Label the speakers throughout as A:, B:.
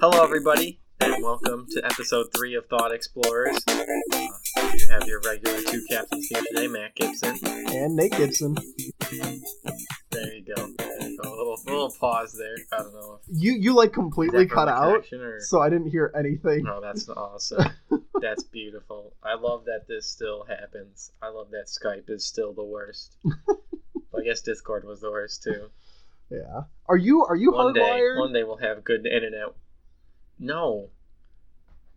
A: Hello, everybody, and welcome to episode three of Thought Explorers. Uh, you have your regular two captains here today, Matt Gibson.
B: And Nate Gibson.
A: There you go. There you go. A little, little pause there. I don't know. if
B: You you like completely
A: that
B: cut
A: from the
B: out,
A: connection Or...
B: so I didn't hear anything.
A: No, that's awesome. that's beautiful. I love that this still happens. I love that Skype is still the worst. Well, I guess Discord was the worst too.
B: Yeah. Are you are you
A: One day,
B: hardwired?
A: one day we'll have good internet. No,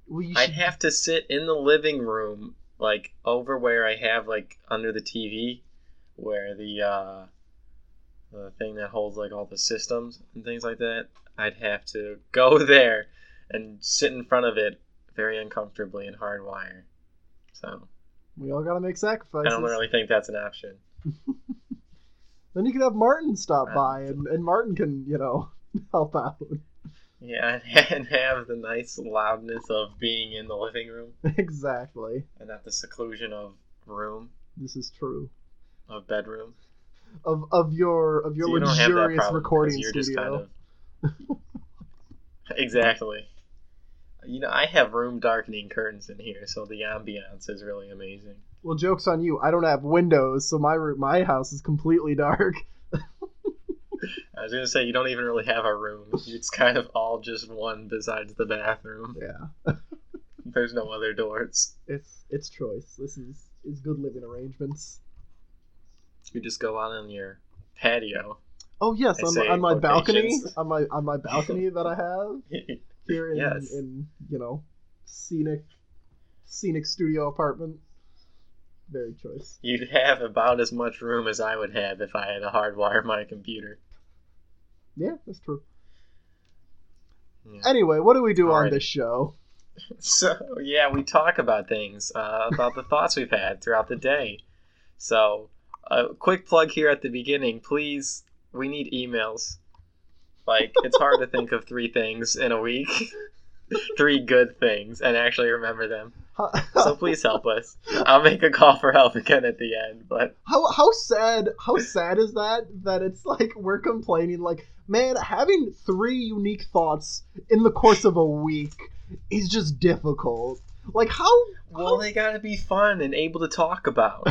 B: Well, you
A: I'd
B: should,
A: have to sit in the living room, like over where I have like under the TV, where the uh, the thing that holds like all the systems and things like that. I'd have to go there and sit in front of it very uncomfortably and hardwire. So
B: we all gotta make
A: I
B: sacrifices.
A: don't really think that's an option.
B: Then you can have Martin stop
A: Uh,
B: by, and, and Martin can you know help out.
A: Yeah, and have the nice loudness of being in the living room
B: exactly.
A: and not the seclusion of room
B: This is true.
A: of bedroom.
B: Of of your of your
A: So you don't have that
B: luxurious
A: problem, 'cause
B: recording
A: you're
B: studio.
A: just kind of- exactly. You know, I have room darkening curtains in here, so the ambiance is really amazing.
B: Well, jokes on you. I don't have windows, so my room, my house is completely dark.
A: I was gonna say you don't even really have a room. It's kind of all just one besides the bathroom.
B: Yeah.
A: There's no other doors.
B: It's it's choice. This is is good living arrangements.
A: You just go out on your patio.
B: Oh yes,
A: I
B: on,
A: say
B: on my balcony,
A: quotations.
B: on my on my balcony that I have here in,
A: Yes.
B: in you know scenic scenic studio apartment. Very choice.
A: You'd have about as much room as I would have if I had to hardwire my computer.
B: Yeah, that's true.
A: Yeah.
B: Anyway, what do we do
A: Alrighty.
B: on this show?
A: So yeah, we talk about things, uh, about the thoughts we've had throughout the day. So a quick plug here at the beginning, please. We need emails. Like it's hard to think of three things in a week, three good things, and actually remember them.
B: How,
A: So please help us. I'll make a call for help again at the end, but
B: how how sad how sad is that that it's like we're complaining like man having three unique thoughts in the course of a week is just difficult. Like how
A: well, they gotta be fun and able to talk about.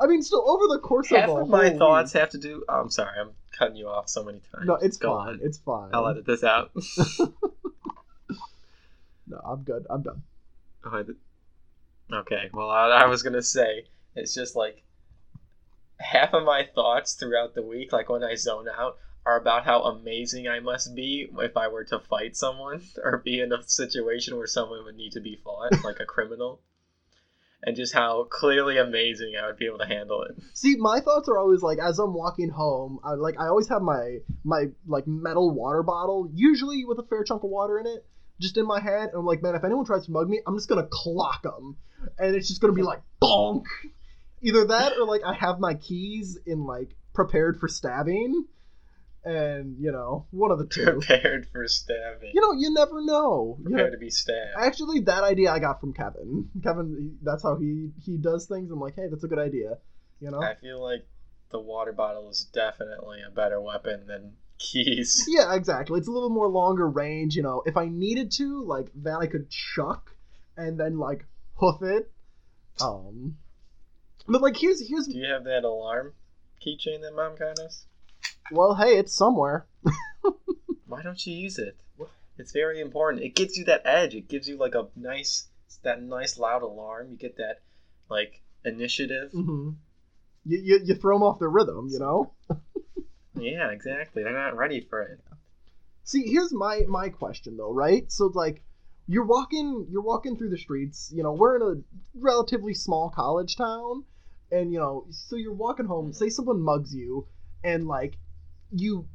B: I mean, so over the course
A: Half
B: of, a
A: of my
B: whole
A: thoughts have to do. oh, I'm sorry, I'm cutting you off so many times.
B: Week, no, it's
A: Go
B: fine.
A: on.
B: It's fine.
A: I'll edit this out.
B: No, I'm good. I'm done.
A: Oh, I did- Okay, well, I, I was gonna say it's just like half of my thoughts throughout the week, like when I zone out, are about how amazing I must be if I were to fight someone or be in a situation where someone would need to be fought, like a criminal, and just how clearly amazing I would be able to handle it.
B: See, my thoughts are always like as I'm walking home, I like I always have my my like metal water bottle, usually with a fair chunk of water in it, just in my hand, and I'm like, man, if anyone tries to mug me, I'm just gonna clock them, and it's just gonna be like bonk. Either that, or like I have my keys in like prepared for stabbing, and you know one of the two.
A: Prepared for stabbing.
B: You know, you never know. You know,
A: Prepared to be stabbed.
B: Actually, that idea I got from Kevin. Kevin, that's how he he does things. I'm like, hey, that's a good idea. You know?
A: I feel like the water bottle is definitely a better weapon than keys.
B: Yeah, exactly. It's a little more longer range. You know, if I needed to, like, then I could chuck and then like hoof it. Um, but like, here's here's
A: Do you have that alarm keychain that mom got us?
B: well, hey, it's somewhere.
A: Why don't you use it?
B: What?
A: It's very important. It gives you that edge. It gives you like a nice that nice loud alarm. You get that like initiative.
B: hmm You, you you throw them off their rhythm. You know.
A: Yeah, exactly. They're not ready for it.
B: See, here's my my question though, right? So like you're walking you're walking through the streets, you know, we're in a relatively small college town and you know, so you're walking home, say someone mugs you and like you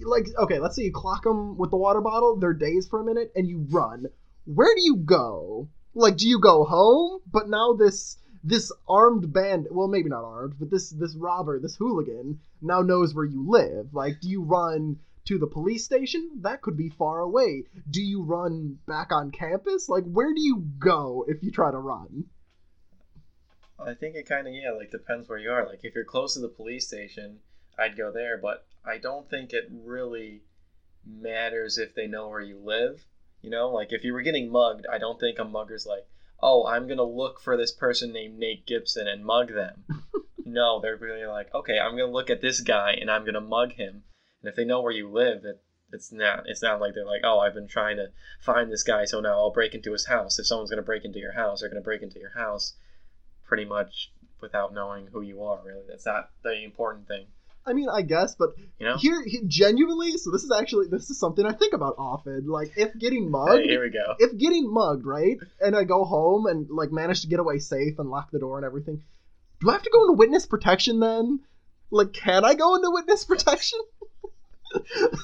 B: like okay, let's say you clock them with the water bottle, they're dazed for a minute and you run. Where do you go? Like do you go home? But now this this armed band, well maybe not armed, but this this robber, this hooligan now knows where you live. Like do you run to the police station, that could be far away. Do you run back on campus? Like, where do you go if you try to run?
A: I think it kind of yeah, like depends where you are. Like if you're close to the police station, I'd go there, but I don't think it really matters if they know where you live. You know, like if you were getting mugged, I don't think a mugger's like, oh, I'm gonna look for this person named Nate Gibson and mug them. no, they're really like, okay, I'm gonna look at this guy and I'm gonna mug him. And if they know where you live, it, it's not it's not like they're like, oh, I've been trying to find this guy, so now I'll break into his house. If someone's gonna break into your house, they're gonna break into your house, pretty much without knowing who you are. Really, that's not the important thing.
B: I mean, I guess, but
A: You know?
B: here, he- genuinely, so this is actually this is something I think about often. Like if getting mugged,
A: Hey, here we go.
B: if getting mugged, right, and I go home and like manage to get away safe and lock the door and everything, do I have to go into witness protection then? Like, can I go into witness protection?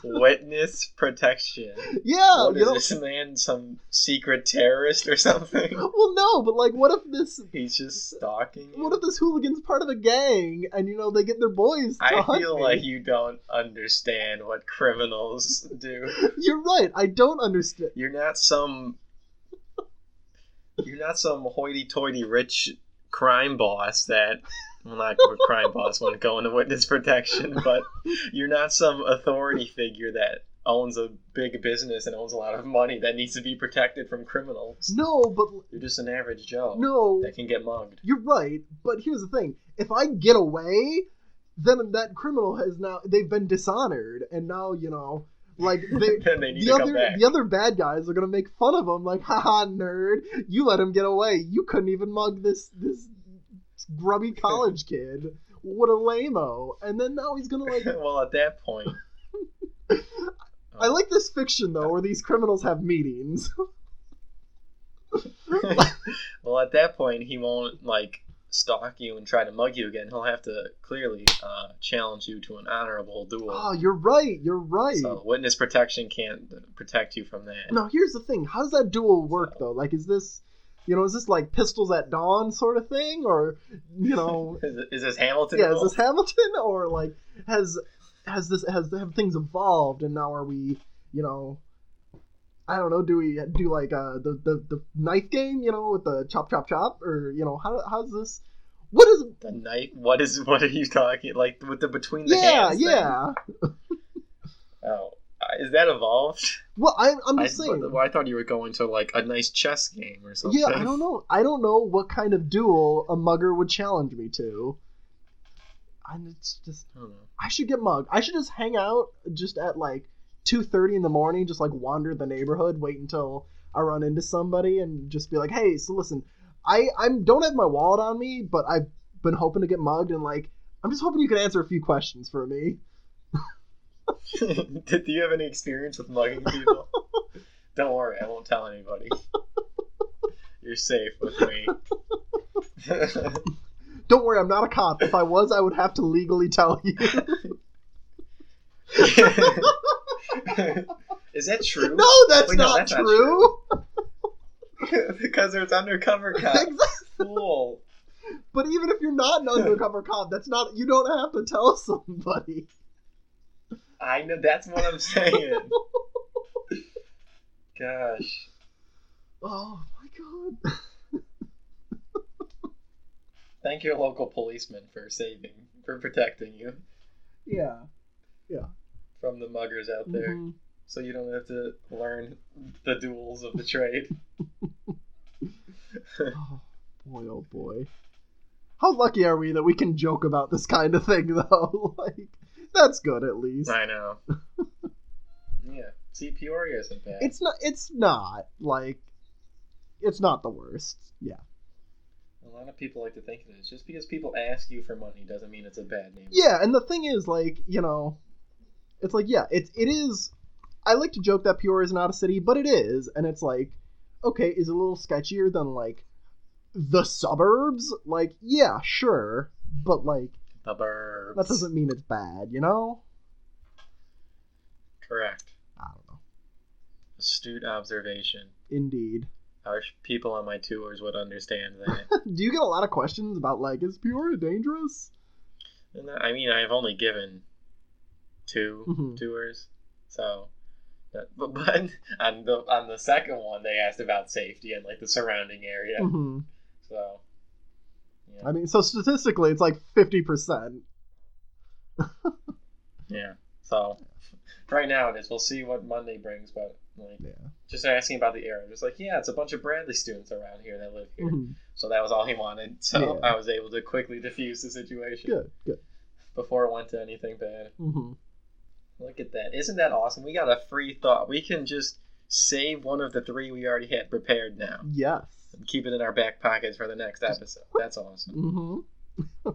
A: Witness protection.
B: yeah,
A: What
B: you
A: is
B: know.
A: this man? Some secret terrorist or something?
B: Well, no, but like, what if this?
A: He's just stalking. you?
B: What if this hooligan's part of a gang, and you know they get their boys? To
A: I
B: hunt
A: feel
B: me?
A: like you don't understand what criminals do.
B: you're right. I don't understand.
A: You're not some. You're not some hoity-toity rich crime boss that. Well, not a crime boss wouldn't go into witness protection, but you're not some authority figure that owns a big business and owns a lot of money that needs to be protected from criminals.
B: No, but
A: You're just an average Joe
B: no.
A: that can get mugged.
B: You're right, but here's the thing: if I get away, then that criminal has now they've been dishonored, and now you know, like they.
A: Then they need to
B: The
A: come
B: other,
A: back.
B: the other bad guys are gonna make fun of him, like, haha, nerd, you let him get away. You couldn't even mug this this grubby college kid. What a lameo! And then now he's gonna like.
A: well, at that point,
B: I like this fiction though, where these criminals have meetings.
A: well, at that point, he won't like stalk you and try to mug you again. He'll have to clearly uh, challenge you to an honorable duel.
B: oh, you're right. You're right.
A: So witness protection can't protect you from that.
B: Now, here's the thing. How does that duel work, though? Like, is this, you know, is this like Pistols at Dawn sort of thing? Or, you know,
A: Is, is this Hamilton?
B: yeah, is
A: rule?
B: this Hamilton? Or, like, has, has this, has, have things evolved and now are we, you know, I don't know, do we do like uh, the, the, the knife game, you know, with the chop, chop, chop? Or, you know, how, how's this, what is,
A: the night? What is? What are you talking? Like with the between the
B: yeah,
A: hands? thing?
B: yeah.
A: Oh, uh, is that evolved?
B: Well, I, I'm
A: I,
B: just saying.
A: well, I thought you were going to like a nice chess game or something.
B: Yeah, I don't know. I don't know what kind of duel a mugger would challenge me to. And it's just
A: I don't know.
B: I should get mugged. I should just hang out just at like two thirty in the morning, just like wander the neighborhood, wait until I run into somebody, and just be like, "Hey, so listen, I I'm don't have my wallet on me, but I've been hoping to get mugged, and like I'm just hoping you can answer a few questions for me."
A: Did do you have any experience with mugging people? Don't worry, I won't tell anybody. You're safe with me.
B: Don't worry, I'm not a cop. If I was, I would have to legally tell you.
A: Is that true?
B: no, that's,
A: Wait, no,
B: not,
A: that's not
B: true.
A: because there's undercover cops.
B: Exactly.
A: Fool.
B: But even if you're not an undercover cop, that's not you don't have to tell somebody.
A: I know. That's what I'm saying. Gosh.
B: Oh my god.
A: Thank your local policeman for saving, for protecting you
B: Yeah.
A: from the muggers out there.
B: Mhm.
A: so you don't have to learn the duels of the trade.
B: Oh boy, oh boy. How lucky are we that we can joke about this kind of thing though? like that's good at least.
A: I know. yeah, see, Peoria isn't bad.
B: It's not it's not like it's not the worst. Yeah.
A: A lot of people like to think it is. Just because people ask you for money doesn't mean it's a bad name.
B: Yeah, and the thing is, like, you know, it's like, yeah, it, it is. I like to joke that Peoria is not a city, but it is, and it's like, okay, is it a little sketchier than like the suburbs? Like, yeah, sure, but like
A: The burbs.
B: that doesn't mean it's bad, you know?
A: Correct.
B: I don't know.
A: Astute observation.
B: Indeed.
A: I wish people on my tours would understand that.
B: Do you get a lot of questions about like, is Peoria dangerous?
A: and I I mean, I've only given 2
B: Mhm.
A: tours, so. But, but but on the on the second one, they asked about safety and like the surrounding area.
B: hmm
A: So,
B: I mean, so statistically, it's like fifty percent.
A: yeah. So right now it is. We'll see what Monday brings, but like
B: Yeah.
A: just asking about the area. Just like, yeah, it's a bunch of Bradley students around here that live here.
B: Mhm.
A: So that was all he wanted. So
B: Yeah.
A: I was able to quickly diffuse the situation
B: Good. Good.
A: before it went to anything bad.
B: hmm
A: Look at that. Isn't that awesome? We got a free thought. We can just save one of the three we already had prepared now
B: Yes.
A: and keep it in our back pockets for the next episode. That's awesome.
B: hmm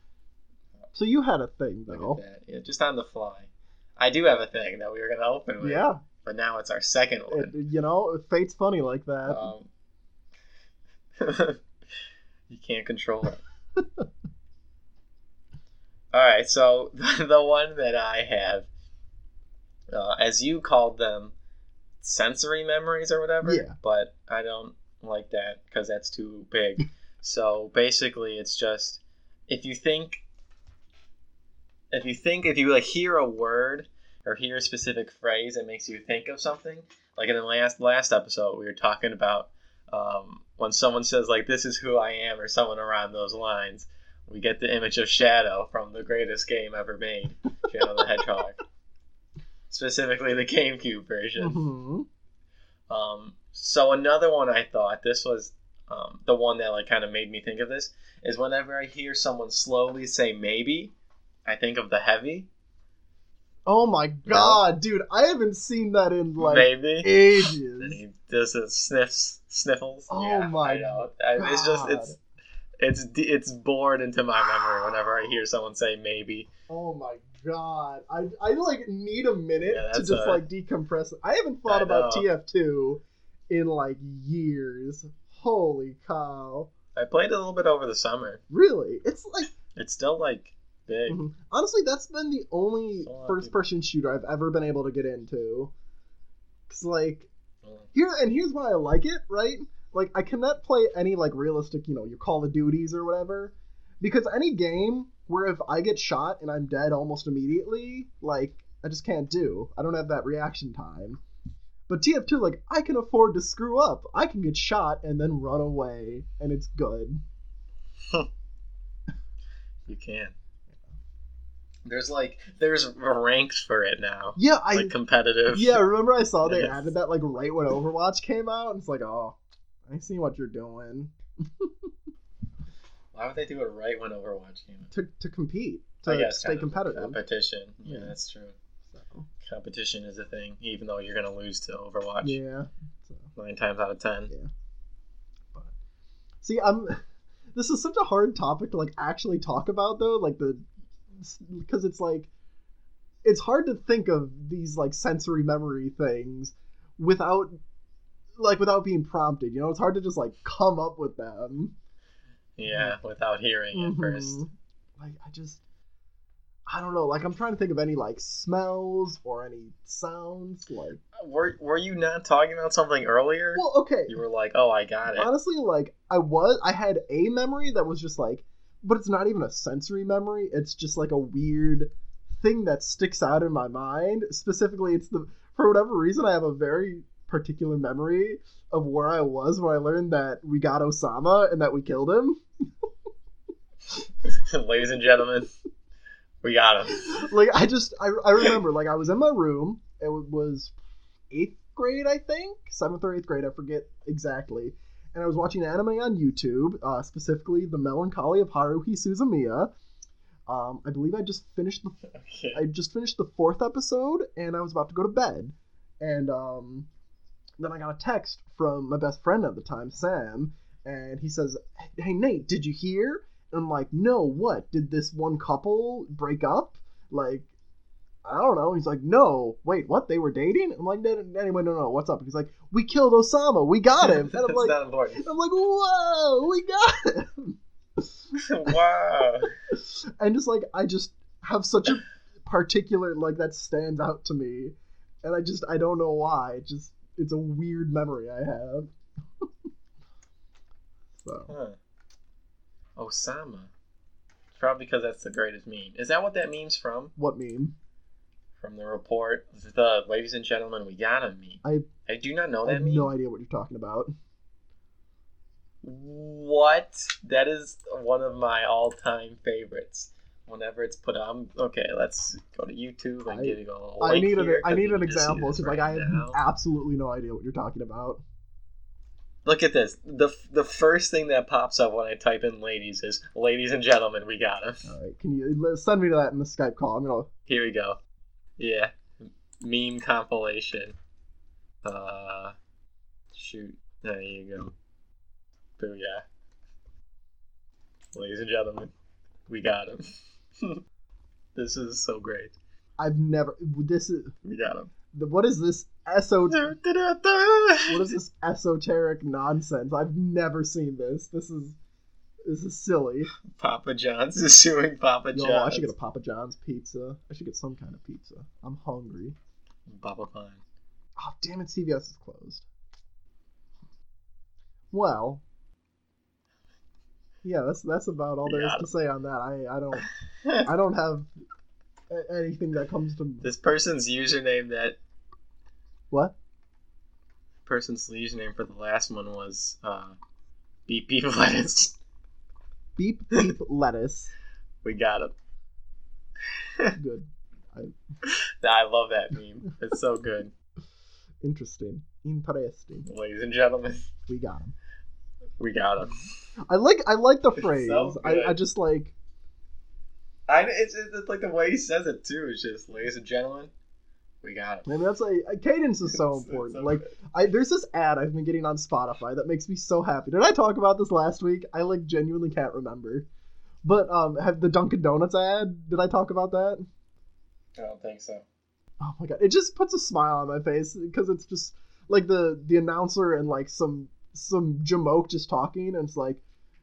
B: so you had a thing
A: Look
B: though.
A: at that. Yeah, just on the fly. I do have a thing that we were going to open with,
B: Yeah.
A: but now it's our second one.
B: It, you know, fate's funny like that.
A: Um, you can't control it. All right, so the one that I have, uh, as you called them, sensory memories or whatever.
B: Yeah.
A: But I don't like that because that's too big. so basically, it's just if you think, if you think, if you like hear a word or hear a specific phrase that makes you think of something, like in the last last episode we were talking about um, when someone says like this is who i am or someone around those lines we get the image of shadow from the greatest game ever made shadow the hedgehog specifically the gamecube version
B: Mhm.
A: um, so another one i thought this was um, the one that like kind of made me think of this is whenever i hear someone slowly say maybe i think of the heavy
B: Oh my god, dude! I haven't seen that in like
A: maybe and
B: ages.
A: he does the sniffs, sniffles.
B: Oh
A: yeah,
B: my
A: I know. I, it's just
B: God.
A: it's it's d- it's bored into my memory whenever I hear someone say maybe.
B: Oh my god, I I like need a minute
A: Yeah,
B: to
A: that's
B: just
A: a-
B: like decompress. I haven't thought
A: I
B: about
A: know.
B: TF2 in like years. Holy cow!
A: I played it a little bit over the summer.
B: Really, it's like
A: It's still like big.
B: Mhm. honestly that's been the only
A: So a lot of
B: first person shooter I've ever been able to get into. Cause like
A: Mm.
B: here and here's why I like it, right? Like I cannot play any like realistic, you know, your Call of Duties or whatever, because any game where if I get shot and I'm dead almost immediately, like I just can't do. I don't have that reaction time. But TF2, like I can afford to screw up. I can get shot and then run away, and it's good.
A: You can. There's like there's ranks for it now.
B: Yeah, I.
A: like competitive.
B: yeah, remember I saw they
A: Yes.
B: added that like right when Overwatch came out, and it's like, oh, I see what you're doing
A: Why would they do it right when Overwatch came out?
B: to to compete
A: I
B: to
A: guess
B: stay
A: kind of a
B: competitive.
A: Competition. Yeah,
B: Yeah.
A: that's true.
B: So,
A: Competition is a thing, even though you're gonna lose to Overwatch
B: yeah. So.
A: nine times out of ten.
B: See, I'm. This is such a hard topic to like actually talk about though, like the, because it's like, it's hard to think of these like sensory memory things without, like without being prompted. You know, it's hard to just like come up with them.
A: Yeah, without hearing it first.
B: Mhm. Like I just, I don't know. Like I'm trying to think of any like smells or any sounds. Like,
A: Were Were you not talking about something earlier?
B: well, okay.
A: you were like, "Oh, I got it."
B: honestly like i was i had a memory that was just like but it's not even a sensory memory it's just like a weird thing that sticks out in my mind specifically it's the for whatever reason i have a very particular memory of where i was when i learned that we got osama and that we killed him
A: Ladies and gentlemen, we got him.
B: like i just I, I remember like i was in my room it wa- was eighth grade i think seventh or eighth grade i forget exactly and i was watching anime on youtube uh, specifically the melancholy of haruhi suzumiya um, i believe i just finished the
A: Okay.
B: i just finished the fourth episode and i was about to go to bed and um, then i got a text from my best friend at the time sam and he says hey nate did you hear and i'm like no what did this one couple break up like I don't know. He's like, no, wait, what? They were dating? I'm like, no, no, anyway, no, no, what's up? He's like, we killed Osama, we got him. And I'm
A: That's
B: like,
A: not important.
B: I'm like, whoa, we got him.
A: wow.
B: And just like, I just have such a particular like that stands out to me, and I just I don't know why. It just it's a weird memory I have. so
A: Huh. Osama. Probably because that's the greatest meme. Is that what that meme's from?
B: what meme?
A: From the report, the "Ladies and gentlemen, we got him" meme. I do not know
B: I
A: that
B: have
A: meme.
B: no idea what you're talking about.
A: What? That is one of my all-time favorites. whenever it's put on, okay, let's go to YouTube and
B: I-
A: give you a little.
B: I
A: link
B: need an
A: here
B: I
A: 'cause
B: need
A: you
B: an
A: can see
B: example.
A: this
B: It's like
A: right
B: I have
A: now.
B: absolutely no idea what you're talking about.
A: Look at this. the The first thing that pops up when I type in "ladies" is "ladies and gentlemen, we got 'em."
B: All right, can you let- send me that in the Skype call? I'm gonna.
A: Here we go. Yeah, meme compilation. Uh, shoot. There you go. Booyah. Ladies and gentlemen, we got him. this is so great.
B: I've never. This is
A: We got him.
B: the- what is this esoteric? What
A: What
B: is this esoteric nonsense? I've never seen this. This is this is silly.
A: Papa John's is suing Papa
B: Yo, I
A: John's.
B: should get a Papa John's pizza. I should get some kind of pizza. I'm hungry.
A: Papa Pine.
B: Oh damn it, CVS is closed. Well, yeah, that's that's about all there is
A: Yeah.
B: to say on that. I I don't I don't have a- anything that comes to
A: This person's username that
B: what
A: person's username for the last one was uh, beep beep lettuce.
B: beep beep lettuce.
A: We got him.
B: Good,
A: Nah, I love that meme. It's so good.
B: interesting, interesting.
A: Ladies and gentlemen,
B: We got him.
A: we got him.
B: I like I like the
A: It's so
B: phrase. I, I
A: good.
B: just like
A: I, it's, it's, it's like the way he says it too. It's just, ladies and gentlemen, we got him.
B: maybe that's like cadence is so
A: It's- it's
B: important.
A: so
B: like
A: good.
B: I there's this ad I've been getting on Spotify that makes me so happy. Did I talk about this last week? I like genuinely can't remember. But um have the Dunkin' Donuts ad? Did I talk about that?
A: I don't think so.
B: Oh my god. It just puts a smile on my face because it's just like the the announcer and like some some jamoke just talking and it's like,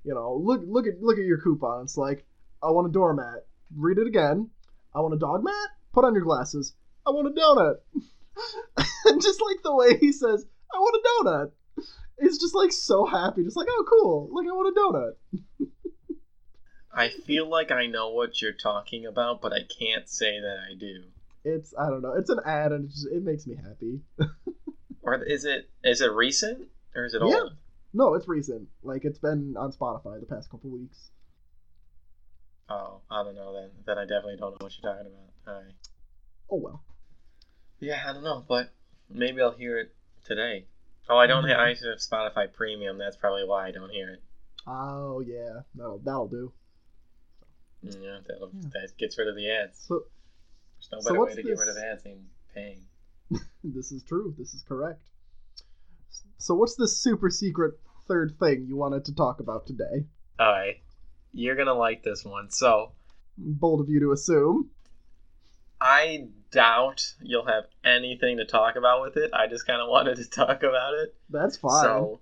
B: you know, look look at look at your coupon. It's like, I want a doormat. Read it again. I want a dog mat. Put on your glasses. I want a donut. and just like the way he says, I want a donut. It's just like so happy, just like, oh cool, like I want a donut.
A: I feel like I know what you're talking about, but I can't say that I do.
B: It's I don't know, it's an ad and it just it makes me happy.
A: Or is it is it recent or is it
B: Yeah.
A: old?
B: No, it's recent. Like it's been on Spotify the past couple weeks.
A: Oh, I don't know then. Then I definitely don't know what you're talking about. All right.
B: Oh well.
A: Yeah, I don't know, but maybe I'll hear it today. Oh, I
B: Mm-hmm.
A: don't. ha- I have Spotify Premium. That's probably why I don't hear it.
B: Oh yeah, no, that'll do.
A: Yeah, that'll,
B: Yeah.
A: that gets rid of the ads.
B: So
A: There's no
B: So
A: better way
B: what's
A: to get rid
B: this-
A: of ads than paying.
B: this is true. This is correct. So what's the super secret third thing you wanted to talk about today?
A: All right, you're gonna like this one. So
B: Bold of you to assume.
A: I doubt you'll have anything to talk about with it. I just kind of wanted to talk about it.
B: That's fine.
A: So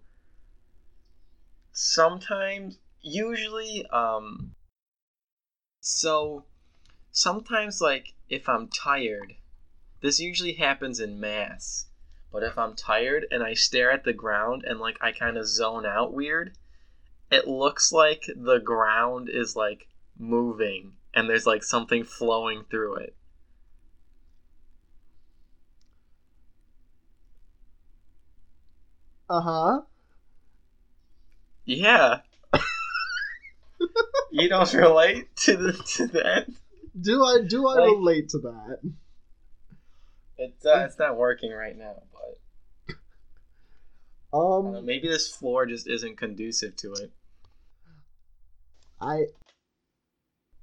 A: sometimes, usually, um, so sometimes, like if I'm tired, this usually happens in mass. But if I'm tired and I stare at the ground and like I kind of zone out weird, it looks like the ground is like moving and there's like something flowing through it.
B: Uh huh.
A: Yeah. you don't relate to the to that.
B: Do I do I
A: Like-
B: relate to that?
A: It's uh, it's not working right now, but I don't know,
B: Um,
A: maybe this floor just isn't conducive to it.
B: I,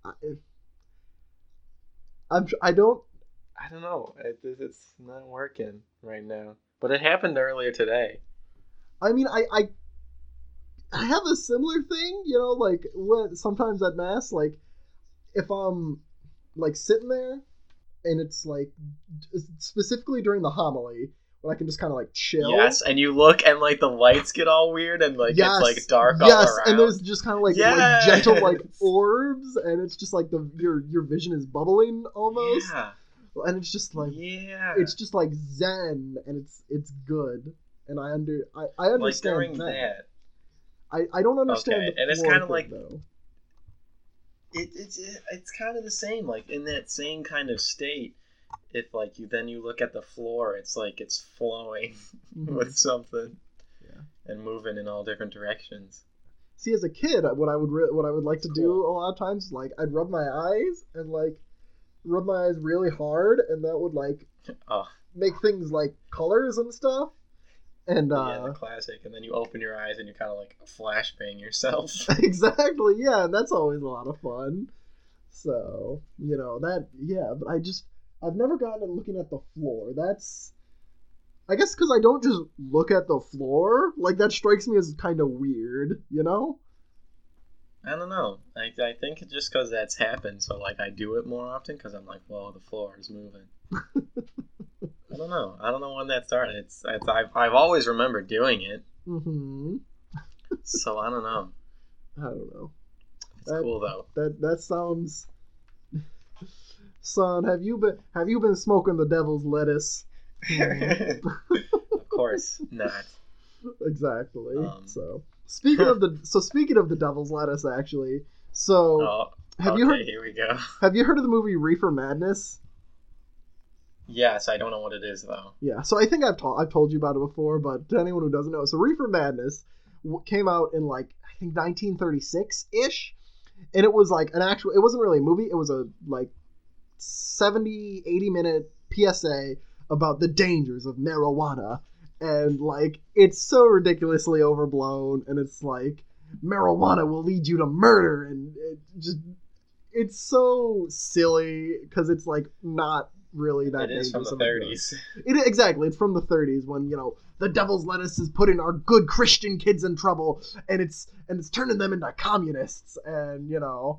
B: I, I'm tr- I don't.
A: I don't know. It, it- it's not working right now. But it happened earlier today.
B: I mean, I, I, I have a similar thing, you know, like when sometimes at mass, like if I'm like sitting there, and it's like specifically during the homily when I can just kind of like chill.
A: Yes, and you look and like the lights get all weird and like
B: Yes,
A: it's like dark all
B: Yes,
A: around.
B: and there's just kind of like, like gentle like
A: Yes.
B: orbs, and it's just like the your your vision is bubbling almost,
A: yeah,
B: and it's just like
A: yeah.
B: it's just like zen, and it's it's good, and I under I, I
A: like
B: understand
A: during
B: that.
A: that.
B: I, I don't understand.
A: Okay,
B: the
A: and it's
B: floor
A: kinda
B: thing,
A: like-
B: though.
A: it, it's it's kind of the same like in that same kind of state if like you then you look at the floor it's like it's flowing
B: Mhm.
A: Mm-hmm. with something
B: Yeah.
A: and moving in all different directions
B: See, as a kid, what I would re- what I would like to do a lot of times, is, like I'd rub my eyes and like rub my eyes really hard, and that would like
A: Oh,
B: make things like colors and stuff. And
A: yeah,
B: uh,
A: the classic. And then you open your eyes and you kind of like flashbang yourself.
B: exactly, yeah, and that's always a lot of fun. So you know that, yeah. But I just I've never gotten at looking at the floor. That's I guess because I don't just look at the floor. Like that strikes me as kind of weird, you know?
A: I don't know. I, I think it's just because that's happened. So like I do it more often because I'm like, whoa, the floor is moving. I don't know. I don't know when that started. It's, it's I've, I've always remembered doing it.
B: Hmm.
A: So I don't know.
B: I don't know.
A: It's
B: Uh,
A: cool though.
B: That that sounds. Son, have you been have you been smoking the devil's lettuce? Hmm.
A: of course not.
B: exactly.
A: Um.
B: So speaking of the so speaking of the devil's lettuce, actually. So
A: Oh,
B: have
A: okay,
B: you heard
A: here we go.
B: have you heard of the movie Reefer Madness?
A: Yes, I don't know what it is though.
B: Yeah, so I think I've, ta- I've told you about it before, but to anyone who doesn't know, so Reefer Madness w- came out in like I think 1936 ish, and it was like an actual. It wasn't really a movie. It was a like 70, 80 minute PSA about the dangers of marijuana, and like it's so ridiculously overblown, and it's like marijuana will lead you to murder, and it just it's so silly because it's like not really that
A: It is from
B: dangerous
A: the
B: of a drug.
A: 30s.
B: It, exactly. It's from the 30s when you know the devil's lettuce is putting our good Christian kids in trouble, and it's and it's turning them into communists, and you know,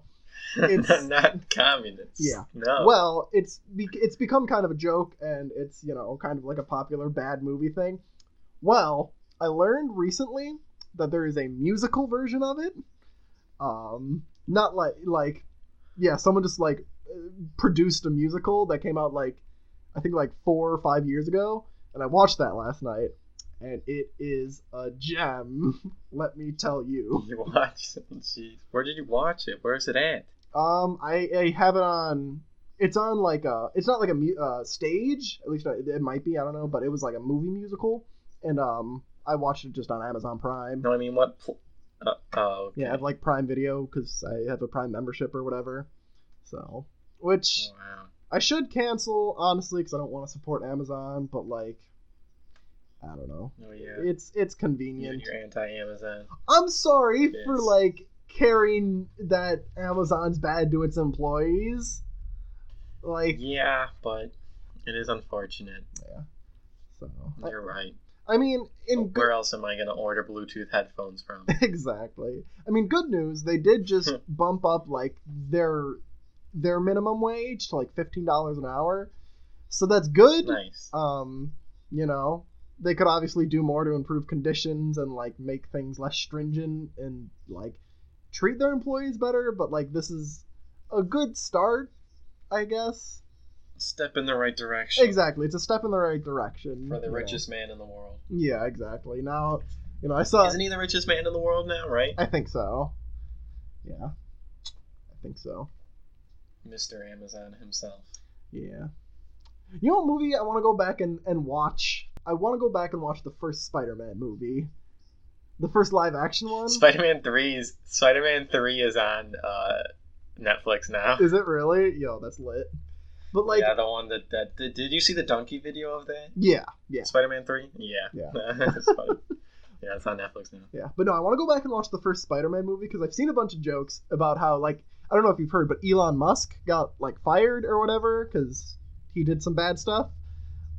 B: It's-
A: not communists.
B: Yeah.
A: No.
B: well, it's be, it's become kind of a joke, and it's you know kind of like a popular bad movie thing. Well, I learned recently that there is a musical version of it. Um, not like like, yeah, someone just like uh, produced a musical that came out like, I think like four or five years ago, and I watched that last night, and it is a gem. Let me tell you.
A: you watched it. Jeez. Where did you watch it? Where's it at?
B: Um, I, I have it on. It's on like a. It's not like a mu- uh, stage. At least it, it might be. I don't know, but it was like a movie musical, and um, I watched it just on Amazon Prime.
A: No, I mean what? Pl- uh, oh, okay.
B: Yeah, I have like Prime Video because I have a Prime membership or whatever. So, which
A: Oh, Wow.
B: I should cancel honestly because I don't want to support Amazon, but like, I don't know.
A: Oh yeah.
B: It's it's
A: You
B: convenient.
A: and your anti-Amazon.
B: I'm sorry
A: It
B: for
A: is.
B: like carrying that Amazon's bad to its employees. Like,
A: Yeah, but it is unfortunate.
B: so I,
A: You're right.
B: I mean, Uh, in good,
A: Where else am I gonna order Bluetooth headphones from?
B: exactly. I mean, good news they did just bump up like their their minimum wage to like fifteen dollars an hour, so that's good.
A: nice.
B: um you know they could obviously do more to improve conditions and like make things less stringent and like treat their employees better but like this is a good start i guess
A: Step in the right direction.
B: exactly it's a step in the right direction
A: For the
B: you know.
A: richest man in the world.
B: yeah exactly now you know i saw
A: Isn't he the richest man in the world now? Right,
B: i think so yeah i think so
A: Mr. Amazon himself.
B: yeah you know what movie i want to go back and, and watch i want to go back and watch the first spider-man movie the first live action one
A: Spider-Man Three is Spider-Man Three is on uh, Netflix now.
B: Is it really? Yo, that's lit. But like,
A: yeah,
B: yeah,
A: the one that that did, did you see the donkey video of that?
B: yeah, yeah.
A: Spider-Man Three. Yeah.
B: Yeah.
A: It's funny. yeah, it's on Netflix now.
B: But no, I want to go back and watch the first Spider-Man movie because I've seen a bunch of jokes about how like I don't know if you've heard, but Elon Musk got like fired or whatever because he did some bad stuff.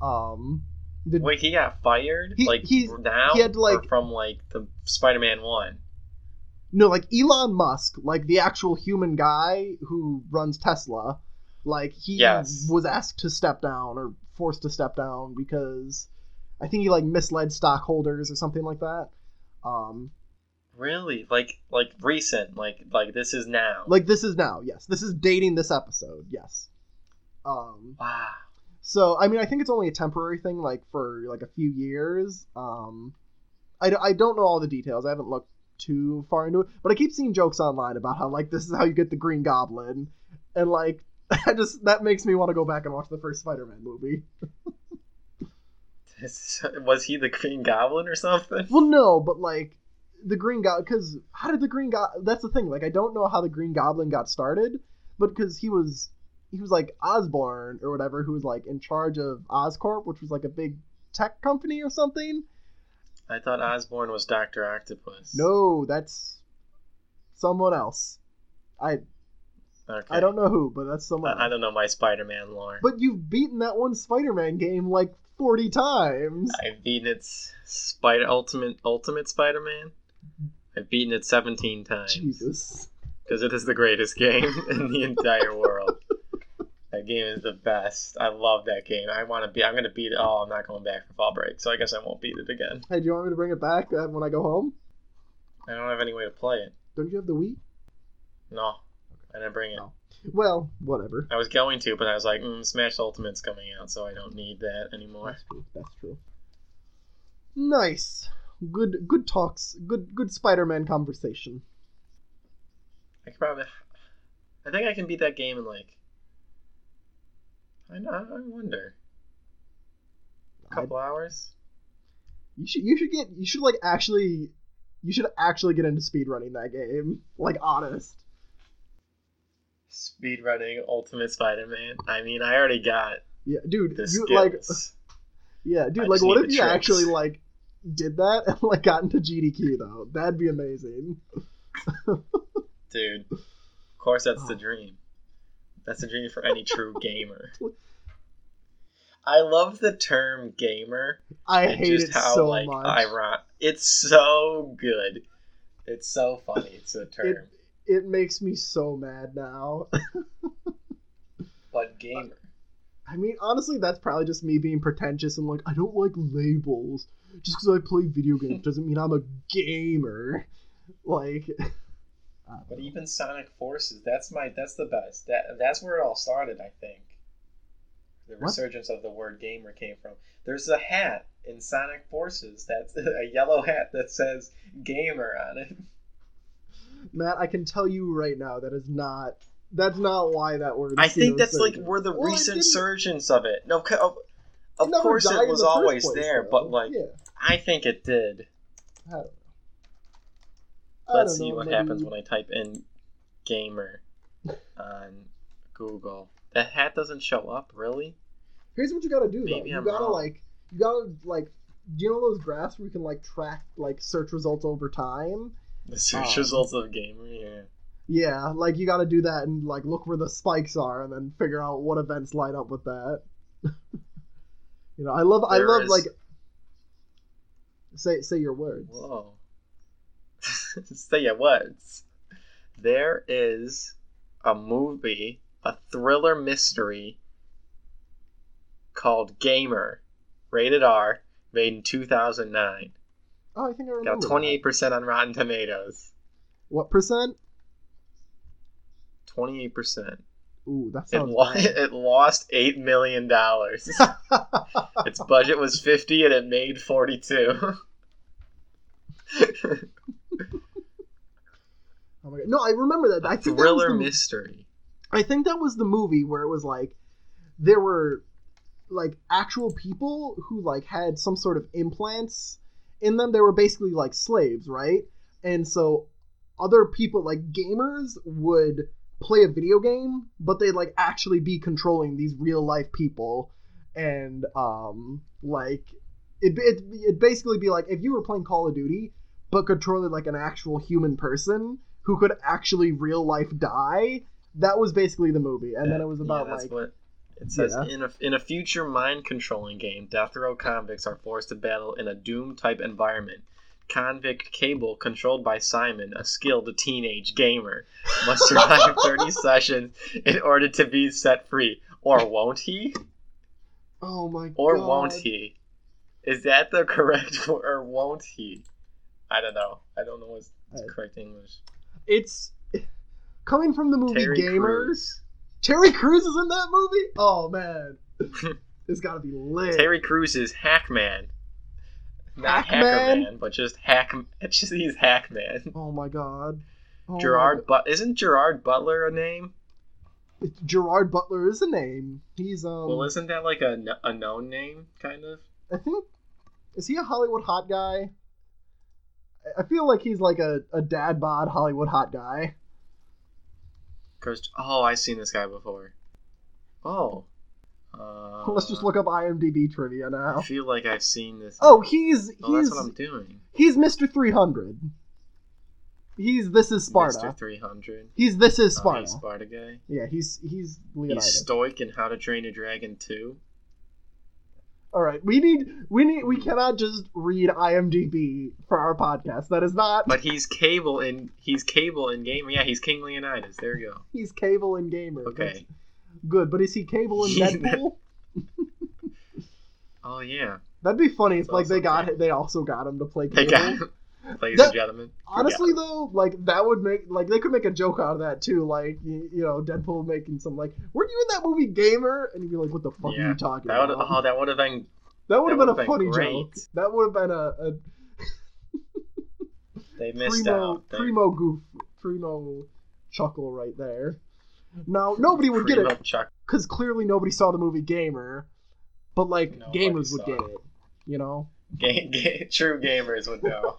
B: Um, did,
A: Wait, he got fired?
B: He-
A: like
B: he's-
A: now?
B: he had to,
A: Or
B: like-
A: from like the Spider-Man One.
B: no, like Elon Musk, like the actual human guy who runs Tesla, like he
A: Yes.
B: was asked to step down or forced to step down because I think he like misled stockholders or something like that. Um,
A: Really? Like like recent? Like like this is now?
B: Like this is now, yes. This is dating this episode, yes. Um
A: wow.
B: so I mean I think it's only a temporary thing like for like a few years. Um I, d- I don't know all the details. I haven't looked too far into it, but I keep seeing jokes online about how like this is how you get the green goblin and like I just that makes me want to go back and watch the first Spider-Man movie.
A: This- Was he the Green Goblin or something?
B: Well, no, but like the Green Goblin, because how did the Green Goblin? That's the thing. Like, I don't know how the Green Goblin got started, but because he was he was like Osborne or whatever, who was like in charge of Oscorp, which was like a big tech company or something.
A: I thought Osborne was Doctor Octopus.
B: No, that's someone else. I
A: okay.
B: I don't know who, but that's someone.
A: I, I
B: else.
A: don't know my Spider-Man lore.
B: But you've beaten that one Spider-Man game like forty times.
A: I've beaten its Spider Ultimate Ultimate Spider-Man. I've beaten it 17 times
B: Jesus.
A: because it is the greatest game in the entire world. That game is the best. I love that game. I want to be. I'm gonna beat it. Oh, I'm not going back for fall break, so I guess I won't beat it again.
B: Hey, do you want me to bring it back uh, when I go home?
A: I don't have any way to play it.
B: Don't you have the Wii?
A: No, I didn't bring it.
B: No. Well, whatever.
A: I was going to, but I was like, mm, Smash Ultimate's coming out, so I don't need that anymore.
B: That's true. That's true. Nice. Good. Good talks. Good. Good Spider-Man conversation.
A: I could probably. I think I can beat that game in like. I know. I wonder. A couple hours.
B: You should. You should get. You should like actually. You should actually get into speedrunning that game. Like honest.
A: Speedrunning Ultimate Spider-Man. I mean, I already got
B: Yeah, dude.
A: the
B: You,
A: skills.
B: like. Yeah, dude.
A: I
B: like,
A: just
B: what
A: need
B: if
A: the
B: you
A: tricks.
B: actually like did that and like got into GDQ though? That'd be amazing.
A: Dude, of course that's
B: Oh.
A: the dream. That's the dream for any true gamer. I love the term gamer.
B: I
A: and
B: hate it so much.
A: iron- It's so good. It's so funny. It's a term.
B: It- it makes me so mad now.
A: but gamer.
B: I mean, honestly, that's probably just me being pretentious and like, I don't like labels. Just because I play video games doesn't mean I'm a gamer. Like, I
A: But
B: don't know.
A: even Sonic Forces, that's my that's the best. That that's where it all started, I think. The
B: What?
A: resurgence of the word gamer came from. There's a hat in Sonic Forces that's a yellow hat that says gamer on it.
B: Matt, I can tell you right now that is not. That's not why that word.
A: I
B: is
A: think
B: even
A: that's like
B: asserted.
A: where the
B: Well, it
A: recent
B: didn't-
A: surgence of it. No, c- of, of
B: never
A: course
B: died in
A: it was
B: the first
A: always
B: place,
A: there,
B: though.
A: but like
B: yeah.
A: I think it did.
B: I
A: Let's
B: don't
A: see
B: know,
A: what
B: maybe-
A: happens when I type in gamer on Google. That hat doesn't show up, really.
B: Here's what you gotta do though.
A: Maybe
B: You
A: I'm
B: gotta
A: wrong.
B: like, you gotta like. Do you know those graphs where you can like track like search results over time?
A: The search
B: Oh.
A: results of gamer. Yeah.
B: Yeah, like you got to do that and like look where the spikes are, and then figure out what events line up with that. you know, I love, I
A: There
B: love
A: is-
B: like say say your words.
A: Whoa. Say your words. There is a movie, a thriller mystery called Gamer, rated R, made in 2009.
B: Oh, I think I
A: Got
B: remember. that.
A: 28% on Rotten Tomatoes.
B: What percent?
A: 28%.
B: Ooh, that
A: It,
B: sounds.
A: lo-
B: bad.
A: it lost $8 million. its budget was 50 and it made 42.
B: Oh my god! No, I remember that. I
A: a
B: think that was
A: thriller
B: the,
A: mystery.
B: I think that was the movie where it was like there were like actual people who like had some sort of implants in them. They were basically like slaves, right? And so other people like gamers would play a video game, but they'd like actually be controlling these real life people and um like it it it'd basically be like if you were playing Call of Duty but controlling like an actual human person who could actually real life die. That was basically the movie, and then it was
A: Yeah,
B: about
A: that's
B: like
A: what it says
B: Yeah.
A: in a in a future mind controlling game, death row convicts are forced to battle in a doom type environment. Convict Cable, controlled by Simon, a skilled teenage gamer, must survive 30 sessions in order to be set free. Or won't he?
B: oh my
A: Or
B: god,
A: won't he? Is that the correct word? Or won't he? I don't know. I don't know what's what's
B: Uh,
A: correct English.
B: It's coming from the movie
A: Terry
B: Gamers.
A: Crews.
B: Terry Crews is in that movie. Oh man, it's gotta be lit.
A: Terry Crews is Hackman. Not
B: Hackman?
A: Hackerman, but just Hack. It's just he's Hackman.
B: oh my god, Oh my
A: Gerard But isn't Gerard Butler a name?
B: god. Gerard Butler is a name. He's um.
A: well, isn't that like a, kn- a known name, kind of?
B: I think is he a Hollywood hot guy? I feel like he's like a, a dad bod Hollywood hot guy.
A: Chris- Oh, I've seen this guy before. Oh. Uh,
B: Let's just look up IMDb trivia
A: I
B: now.
A: feel like I've seen this.
B: Oh, he's
A: Oh, that's
B: he's
A: what I'm doing.
B: he's Mr. 300. He's this is Sparta.
A: Mr. 300.
B: He's this is
A: Oh, he's
B: Sparta.
A: Sparta guy.
B: Yeah, he's he's Leonidas.
A: He's stoic in How to Train a Dragon 2.
B: All right, we need we need we cannot just read IMDb for our podcast. That is not
A: But he's Cable in he's Cable in Gamer. Yeah, he's King Leonidas. There you go.
B: he's Cable and Gamer. That's
A: Okay.
B: good, but is he Cable and
A: Yeah.
B: Deadpool?
A: Oh yeah.
B: That'd be funny if
A: That's
B: like they
A: awesome,
B: got
A: yeah.
B: they also got him to play Cable.
A: Hey guys, ladies
B: Mm-hmm. That-
A: and gentlemen. you got
B: Honestly
A: it.
B: though, like that would make like they could make a joke out of that too. Like you, you know, Deadpool making some like, "Were you in that movie Gamer?" And you'd be like, "What the fuck are
A: Yeah,
B: you talking
A: that would
B: about?"
A: oh, that would have been
B: that would have
A: that
B: been a
A: would've been
B: funny
A: great.
B: joke. That would have been a, a
A: they missed
B: primo,
A: out. They-
B: primo goof, primo chuckle right there. Now nobody would get
A: primo
B: it
A: Chuck.
B: because clearly nobody saw the movie Gamer, but like
A: Nobody
B: gamers would
A: saw
B: get
A: it.
B: it. You know,
A: Ga- ga- true gamers would know.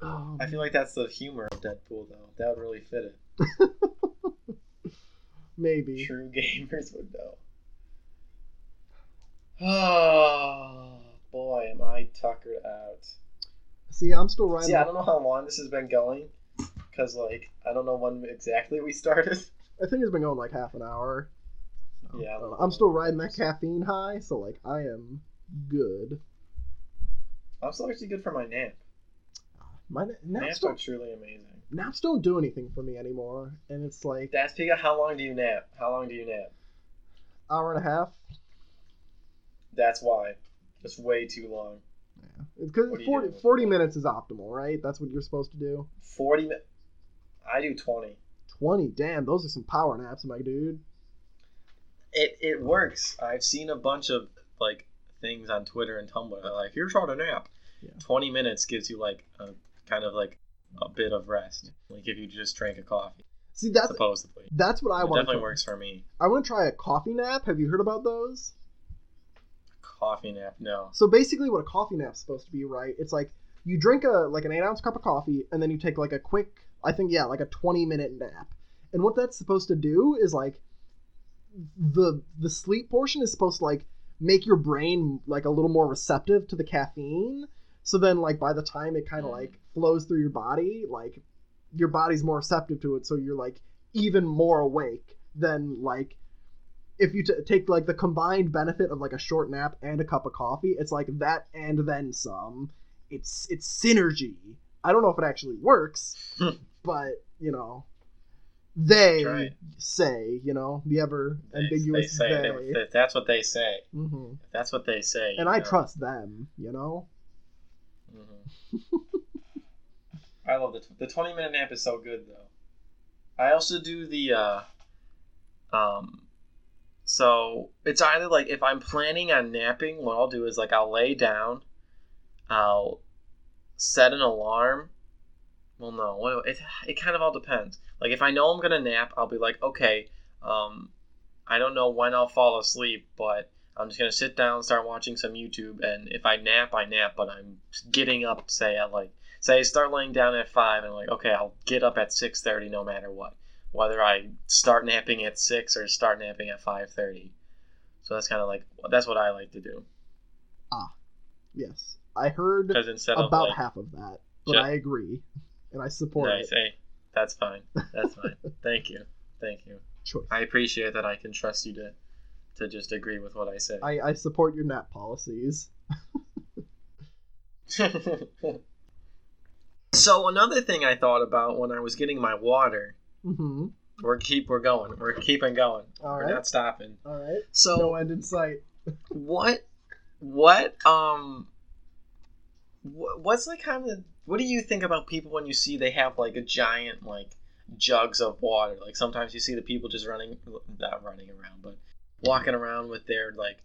B: Um,
A: I feel like that's the humor of Deadpool though. That would really fit it.
B: maybe.
A: True gamers would know. Oh boy, am I tuckered out.
B: See, I'm still riding.
A: See, I don't know how long this has been going, because like I don't know when exactly we started.
B: I think it's been going like half an hour. So,
A: Yeah,
B: I don't know.
A: like-
B: I'm still riding that caffeine high, so like I am good.
A: I'm still actually good for my nap.
B: My na- naps
A: Naps are
B: don't,
A: truly amazing.
B: naps don't do anything for me anymore, and it's like
A: That's Pika, how long do you nap? How long do you nap?
B: hour and a half.
A: That's why. Just way too long.
B: Because
A: What are you
B: 40,
A: doing with
B: 40 minutes is optimal, right? That's what you're supposed to do.
A: Forty minutes. I do twenty.
B: 20 damn those are some power naps my dude
A: It it works. I've seen a bunch of like things on Twitter and Tumblr. They're like, here's how to nap.
B: Yeah.
A: Twenty minutes gives you like a kind of like a bit of rest. Like if you just drank a coffee,
B: see that's
A: supposedly.
B: that's what i
A: It
B: want
A: definitely
B: to
A: works for me.
B: i want to try a coffee nap have you heard about those
A: Coffee nap, no.
B: so basically what a coffee nap's supposed to be right it's like you drink a like an eight ounce cup of coffee and then you take like a quick i think yeah like a 20 minute nap and what that's supposed to do is like the the sleep portion is supposed to like make your brain like a little more receptive to the caffeine so then like by the time it kind of
A: Mm.
B: like flows through your body like your body's more receptive to it so you're like even more awake than like if you t- take like the combined benefit of like a short nap and a cup of coffee it's like that and then some it's it's synergy i don't know if it actually works but you know they
A: Hmm. Try it.
B: say you know the ever
A: They, they
B: ambiguous
A: say
B: they,
A: they- that- that's what they say.
B: hmm
A: That's what they say.
B: and i
A: you know.
B: trust them you know
A: Mhm. I love the the twenty minute nap is so good though. I also do the, uh, um, so it's either like if I'm planning on napping, what I'll do is like I'll lay down, I'll set an alarm. Well, no, what- it it kind of all depends. Like if I know I'm gonna nap, I'll be like, okay, um, I don't know when I'll fall asleep, but I'm just gonna sit down, start watching some YouTube, and if I nap, I nap. But I'm getting up, say at like, say I start laying down at five, and I'm like, okay, I'll get up at six thirty, no matter what, whether I start napping at six or start napping at five thirty. So that's kind of like that's what I like to do
B: yes i heard
A: because instead of
B: about
A: like,
B: half of that but
A: Sure.
B: i agree and i support
A: nice,
B: it
A: hey, that's fine, that's fine. Thank you, thank you.
B: choice
A: I appreciate that I can trust you to to just agree with what I say.
B: I, I support your nap policies
A: so another thing I thought about when I was getting my water
B: mm-hmm
A: We're keep we're going. We're keeping going.
B: all
A: we're
B: right
A: not stopping.
B: all right no
A: So
B: end in sight
A: what what um wh- what's the kind of what do you think about people when you see they have like a giant like jugs of water? Like sometimes you see the people just running not running around, but walking around with their like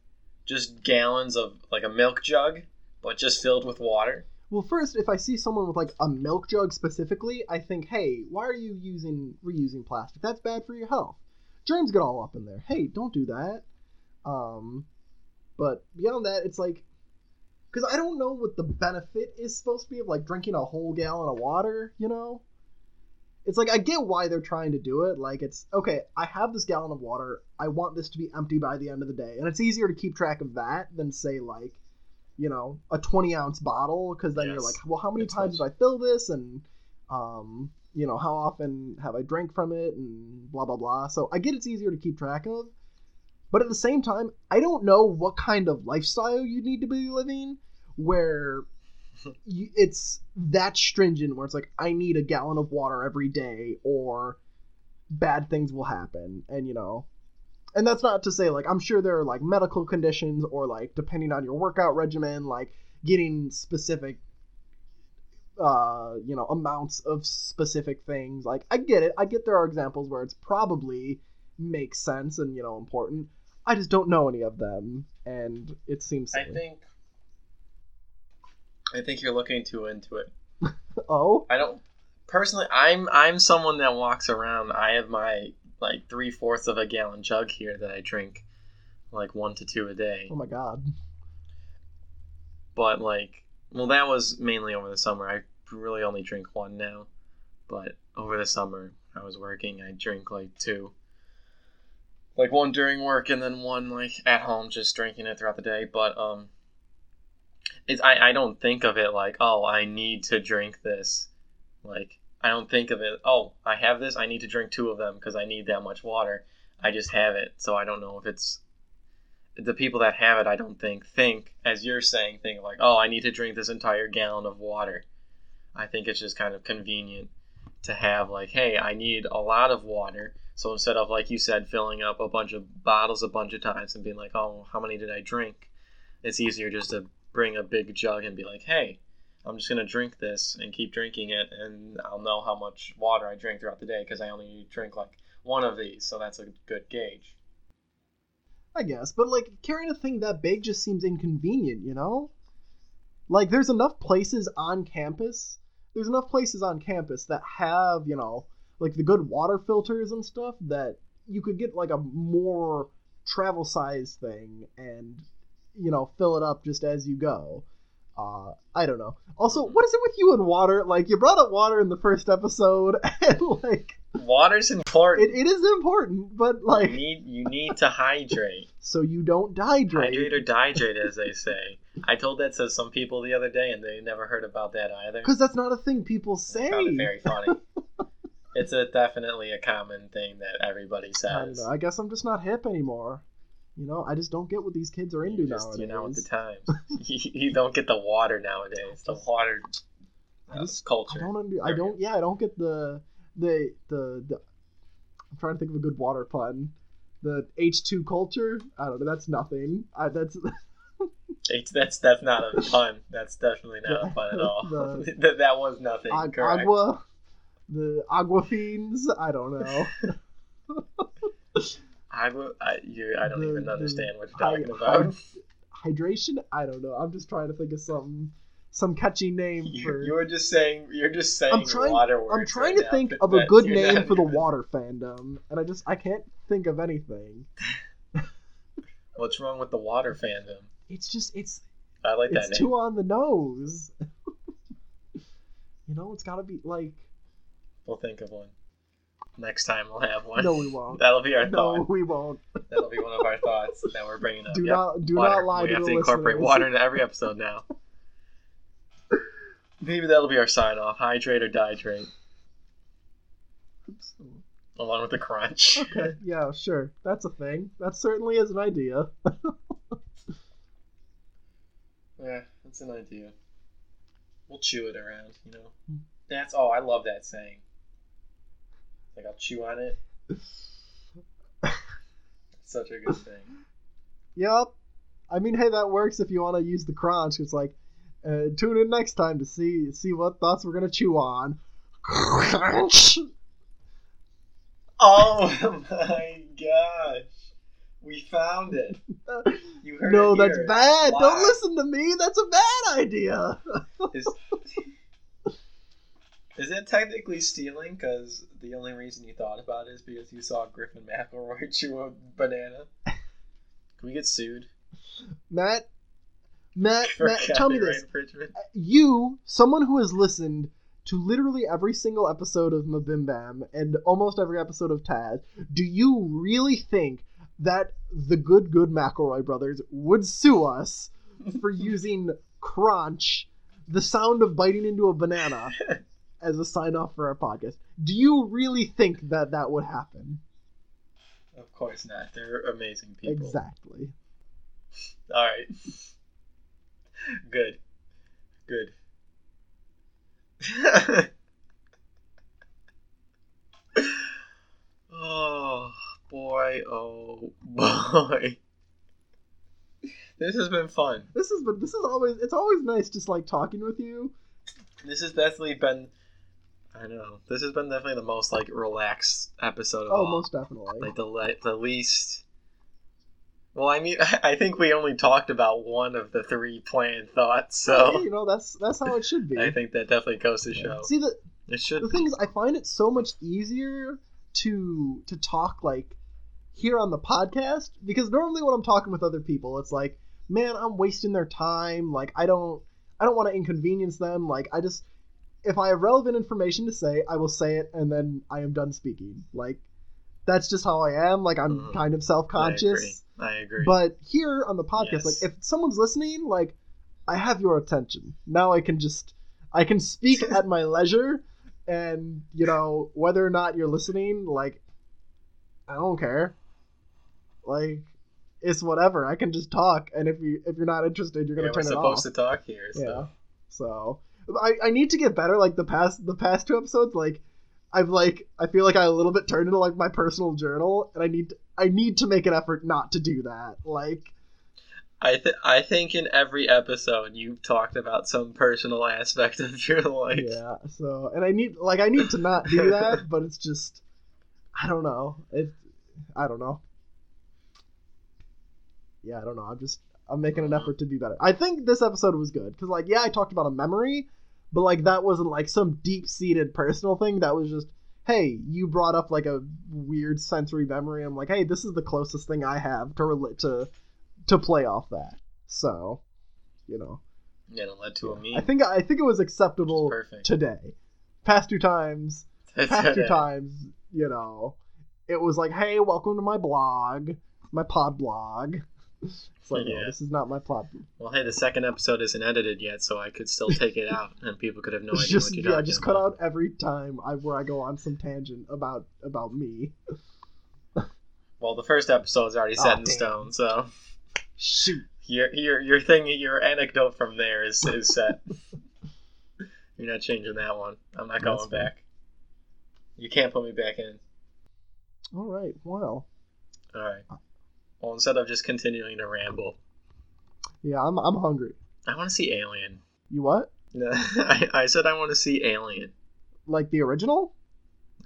A: just gallons of like a milk jug but just filled with water.
B: well first if i see someone with like a milk jug specifically i think hey why are you using reusing plastic that's bad for your health germs get all up in there hey don't do that um but beyond that it's like because I don't know what the benefit is supposed to be of like drinking a whole gallon of water. You know, it's like I get why they're trying to do it. Like it's okay, I have this gallon of water. I want this to be empty by the end of the day, and it's easier to keep track of that than say like, you know, a twenty ounce bottle because then you're
A: Yes.
B: like, well, how many
A: It's
B: times
A: much-
B: did I fill this, and um, you know, how often have I drank from it, and blah blah blah. So I get it's easier to keep track of, but at the same time, I don't know what kind of lifestyle you need to be living where you, it's that stringent where it's like I need a gallon of water every day or bad things will happen and you know and that's not to say like I'm sure there are like medical conditions or like depending on your workout regimen like getting specific uh you know amounts of specific things like I get it I get there are examples where it's probably makes sense and you know important I just don't know any of them and it seems
A: I
B: silly.
A: think. I think you're looking too into it.
B: oh
A: I don't personally. I'm I'm someone that walks around. I have my like three fourths of a gallon jug here that I drink, like one to two a day.
B: oh my god
A: But like, well, that was mainly over the summer. I really only drink one now, but over the summer I was working. I drink like two, like one during work and then one like at home, just drinking it throughout the day. But um, it's I I don't think of it like oh I need to drink this, like I don't think of it oh I have this I need to drink two of them because I need that much water. I just have it, so I don't know if it's the people that have it, I don't think, think, as you're saying, think like, oh, I need to drink this entire gallon of water. I think it's just kind of convenient to have, like, hey, I need a lot of water. So instead of, like you said, filling up a bunch of bottles a bunch of times and being like, oh, how many did I drink? It's easier just to bring a big jug and be like, hey, I'm just going to drink this and keep drinking it, and I'll know how much water I drink throughout the day because I only drink like one of these. So that's a good gauge.
B: I guess, but like carrying a thing that big just seems inconvenient, you know? Like there's enough places on campus. There's enough places on campus that have, you know, like the good water filters and stuff that you could get like a more travel size thing and you know, fill it up just as you go. Uh, I don't know. Also, what is it with you and water? Like you brought up water in the first episode and like
A: Water's important.
B: it, it is important, but
A: you
B: like
A: need you need to hydrate.
B: so you don't dehydrate.
A: Hydrate or dihydrate, as they say. I told that to some people the other day, and they never heard about that either.
B: Because that's not a thing people
A: I
B: say.
A: found it very funny. it's a, definitely a common thing that everybody
B: I, don't
A: says.
B: know, I guess I'm just not hip anymore. You know, I just don't get what these kids are into
A: You just,
B: nowadays.
A: you know, with the times, you, you don't get the water nowadays. The water
B: I
A: uh,
B: just- I
A: culture.
B: don't under, I don't yeah, I don't get the the the the I'm trying to think of a good water pun. The H2 culture, I don't know, that's nothing. I, that's
A: It's, that's that's not a pun. That's definitely not a pun at all.
B: The-
A: that, that was nothing.
B: ag-
A: correct.
B: agua the agua fiends, I don't know.
A: I, will- I, you, I don't
B: The-
A: even
B: the
A: understand what you're
B: hy-
A: talking about.
B: Hydration, I don't know. I'm just trying to think of some some catchy name for
A: You, you were just saying you're just saying
B: I'm trying-
A: water words.
B: I'm trying
A: right
B: to
A: now,
B: think
A: but
B: of a
A: that-
B: good
A: you're
B: name
A: not
B: for the
A: even-
B: water fandom, and I just I can't think of anything.
A: What's wrong with the water fandom?
B: It's just it's
A: I like that
B: it's
A: name.
B: too on the nose. you know, it's got to be like
A: We'll think of one. Next time we'll have one.
B: no, we won't.
A: That'll be our
B: No,
A: thought.
B: we won't.
A: That'll be one of our thoughts that we're bringing up.
B: Do
A: Yep,
B: not do
A: water.
B: not lie
A: we
B: to
A: have
B: the
A: to incorporate
B: listeners.
A: water into every episode now. Maybe that'll be our sign off. Hydrate or dihydrate,
B: Oops.
A: along with the crunch.
B: Okay, yeah, sure. That's a thing. That certainly is an idea.
A: Yeah, that's an idea. We'll chew it around, you
B: Hmm.
A: know. That's oh, I love that saying. Like I'll chew on it. Such a good thing.
B: Yep. I mean, hey, that works if you want to use the crunch. It's like, uh, tune in next time to see see what thoughts we're gonna chew on. Crunch.
A: Oh my gosh, we found it. You heard
B: No,
A: it
B: that's
A: here.
B: bad. Don't
A: Why?
B: listen to me. That's a bad idea.
A: Is, is that technically stealing? Because the only reason you thought about it is because you saw Griffin McElroy chew a banana. Can we get sued?
B: Matt, Matt, Matt, tell me this. You, someone who has listened to literally every single episode of Mabim Bam and almost every episode of Taz, do you really think that the good, good McElroy brothers would sue us for using crunch, the sound of biting into a banana, as a sign off for our podcast? Do you really think that that would happen?
A: Of course not. They're amazing people.
B: Exactly.
A: All right. Good. Good. oh boy, oh boy. This has been fun.
B: This is but this is always it's always nice just like talking with you.
A: This has definitely been I don't know. This has been definitely the most like relaxed episode of
B: Oh,
A: all.
B: most definitely.
A: like the le- the least Well, I mean I think we only talked about one of the three planned thoughts,
B: Oh, Yeah,
A: so
B: you know that's that's how it should be.
A: I think that definitely goes to show.
B: See the
A: It should
B: the thing is I find it so much easier to to talk like here on the podcast because normally when I'm talking with other people it's like man I'm wasting their time like I don't I don't want to inconvenience them like I just if I have relevant information to say I will say it and then I am done speaking like that's just how I am like I'm
A: Mhm.
B: kind
A: I
B: of
A: agree.
B: self-conscious
A: I agree.
B: but here on the podcast,
A: Yes.
B: like if someone's listening, like I have your attention. Now I can just I can speak at my leisure and you know, whether or not you're listening, like I don't care. Like it's whatever. I can just talk and if you if you're not interested you're gonna
A: yeah, we're
B: turn it off.
A: supposed to talk here, so
B: Yeah. So I, I need to get better. Like the past the past two episodes, like I've like I feel like I a little bit turned into like my personal journal, and I need to, I need to make an effort not to do that. Like
A: I th- I think in every episode you've talked about some personal aspect of your life.
B: yeah. So and I need like I need to not do that, but it's just I don't know. It I don't know. Yeah, I don't know. I'm just I'm making an
A: Mhm.
B: effort to be better. I think this episode was good because like yeah, I talked about a memory, but like that wasn't like some deep seated personal thing. That was just hey, you brought up like a weird sensory memory. I'm like hey, this is the closest thing I have to relate to to play off that. So, you know,
A: Yeah, it led to a meme.
B: I think I think it was acceptable
A: perfect.
B: today. Past two times, past two
A: Today.
B: times, you know, it was like, hey, welcome to my blog, my pod blog. It's like, no,
A: Yeah.
B: this is not my pod.
A: Well, hey, the second episode isn't edited yet, so I could still take it out, and people could have no idea
B: just
A: what you're
B: yeah,
A: talking
B: just cut
A: about.
B: out every time I where I go on some tangent about about me.
A: Well, the first episode is already set
B: Aw,
A: in
B: Oh, damn.
A: stone, so
B: Shoot,
A: your your your thing, your anecdote from there is is set. you're not changing that one. I'm not
B: That's
A: going
B: fair.
A: back. You can't put me back in.
B: all right, well,
A: All right. Well, instead of just continuing to ramble,
B: yeah, I'm I'm hungry.
A: I want to see Alien.
B: You what?
A: No, I, I said I want to see Alien
B: Like the original?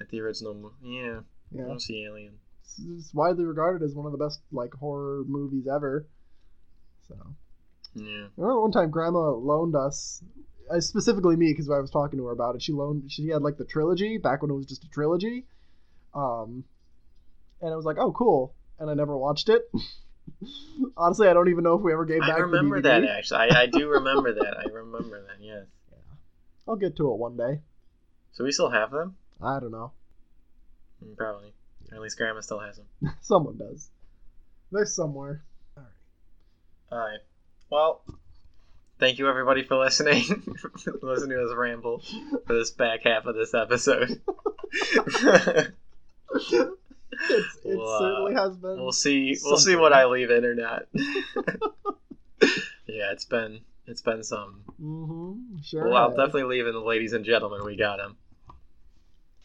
A: at the original. mo- Yeah, I
B: Yeah,
A: want to see Alien.
B: it's, it's widely regarded as one of the best like horror movies ever. So.
A: Yeah,
B: I remember one time Grandma loaned us, uh, specifically me, because I was talking to her about it. She loaned, she had like the trilogy back when it was just a trilogy, um, and I was like, oh cool, and I never watched it. Honestly, I don't even know if we ever gave back.
A: I
B: the
A: remember
B: DVD.
A: that actually. I, I do remember that. I remember that. Yes.
B: I'll get to it one day.
A: So we still have them?
B: I don't know.
A: Mm, Probably. Or at least Grandma still has them.
B: Someone does. They're somewhere. All right.
A: All right. Well, thank you everybody for listening. Listen to us ramble for this back half of this episode.
B: It's, it
A: Well, uh,
B: certainly has been.
A: we'll see. We'll see what I leave in or not. yeah, it's been it's been some.
B: hmm Sure.
A: Well, I'll
B: has.
A: definitely leave in the ladies and gentlemen. We got him.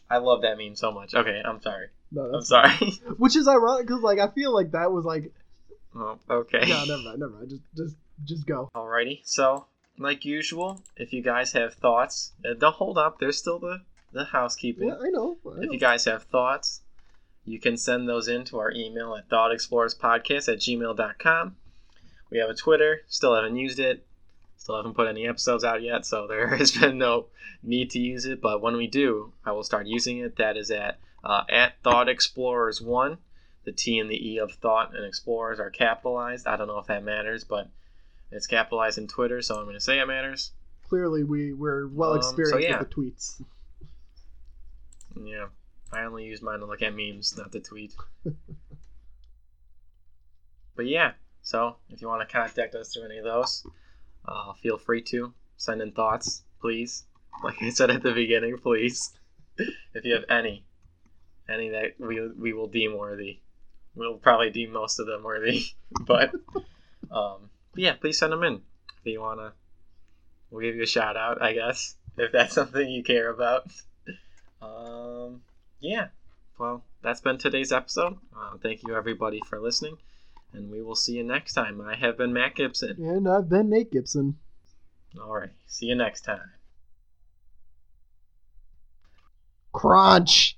A: I love that meme so much. Okay, I'm sorry.
B: No,
A: I'm
B: that's-
A: sorry.
B: Which is ironic because like I feel like that was like
A: oh, okay.
B: no, never mind, never mind. Just just just go.
A: Alrighty. So, like usual, if you guys have thoughts, uh, don't hold up. There's still the the housekeeping.
B: Yeah, I know. I know.
A: If you guys have thoughts, you can send those in to our email at thoughtexplorerspodcast at gmail.com. We have a Twitter, still haven't used it, still haven't put any episodes out yet, so there has been no need to use it. But when we do, I will start using it. That is at uh, at Thought Explorers One. The T and the E of Thought and Explorers are capitalized. I don't know if that matters, but It's capitalized in Twitter, so I'm going to say it matters.
B: Clearly, we we're well
A: Um,
B: experienced
A: so yeah.
B: with the tweets.
A: Yeah, I only use mine to look at memes, not to tweet. but yeah, so if you want to contact us through any of those, uh, feel free to send in thoughts, please. Like I said at the beginning, please, if you have any, any that we we will deem worthy, we'll probably deem most of them worthy. but um, but yeah, please send them in if you wanna. We'll give you a shout out, I guess, if that's something you care about. Um, yeah. Well, that's been today's episode. Uh, thank you, everybody, for listening, and we will see you next time. I have been Matt Gibson.
B: And I've been Nate Gibson.
A: All right. See you next time.
B: Crunch.